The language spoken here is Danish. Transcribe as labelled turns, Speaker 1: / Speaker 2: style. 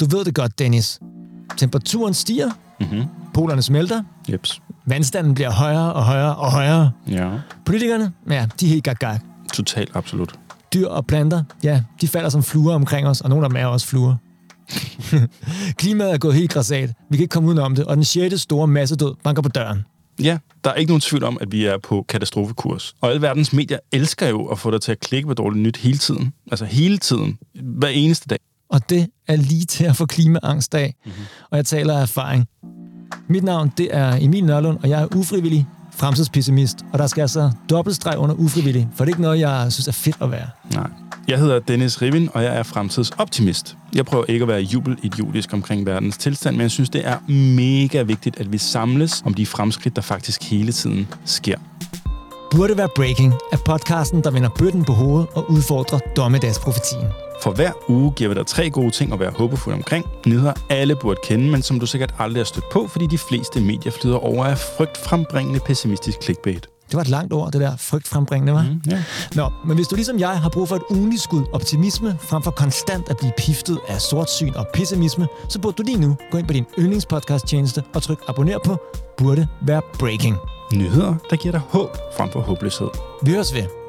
Speaker 1: Du ved det godt, Dennis. Temperaturen stiger,
Speaker 2: Mm-hmm.
Speaker 1: polerne smelter,
Speaker 2: Jeps.
Speaker 1: vandstanden bliver højere og højere og højere.
Speaker 2: Ja.
Speaker 1: Politikerne, ja, de er helt gak, gak.
Speaker 2: Totalt absolut.
Speaker 1: Dyr og planter, ja, de falder som fluer omkring os, og nogle af dem er også fluer. Klimaet er gået helt græsat. Vi kan ikke komme udenom det, og den sjette store massedød banker på døren.
Speaker 2: Ja, der er ikke nogen tvivl om, at vi er på katastrofekurs. Og alle verdens medier elsker jo at få dig til at klikke på dårligt nyt hele tiden. Altså hele tiden. Hver eneste dag.
Speaker 1: Og det er lige til at få klimaangst af. Mm-hmm. Og jeg taler af erfaring. Mit navn, det er Emil Nørlund, og jeg er ufrivillig fremtidspessimist. Og der skal altså dobbeltstreg under ufrivillig, for det er ikke noget, jeg synes er fedt at være.
Speaker 2: Nej. Jeg hedder Dennis Rivin, og jeg er fremtidsoptimist. Jeg prøver ikke at være jubelidiotisk omkring verdens tilstand, men jeg synes, det er mega vigtigt, at vi samles om de fremskridt, der faktisk hele tiden sker.
Speaker 1: Burde være Breaking er podcasten, der vender bøtten på hovedet og udfordrer dommedagsprofetien.
Speaker 2: For hver uge giver vi dig tre gode ting at være håbefuld omkring. Nyheder alle burde kende, men som du sikkert aldrig har stødt på, fordi de fleste medier flyder over af frygtfrembringende pessimistisk clickbait.
Speaker 1: Det var et langt ord, det der frygtfrembringende, var. Mm.
Speaker 2: Ja.
Speaker 1: Nå, men hvis du ligesom jeg har brug for et ugenligt skud optimisme, frem for konstant at blive piftet af sortsyn og pessimisme, så burde du lige nu gå ind på din yndlingspodcast-tjeneste og tryk abonner på Burde Være Breaking.
Speaker 2: Nyheder, der giver dig håb frem for håbløshed.
Speaker 1: Vi høres ved.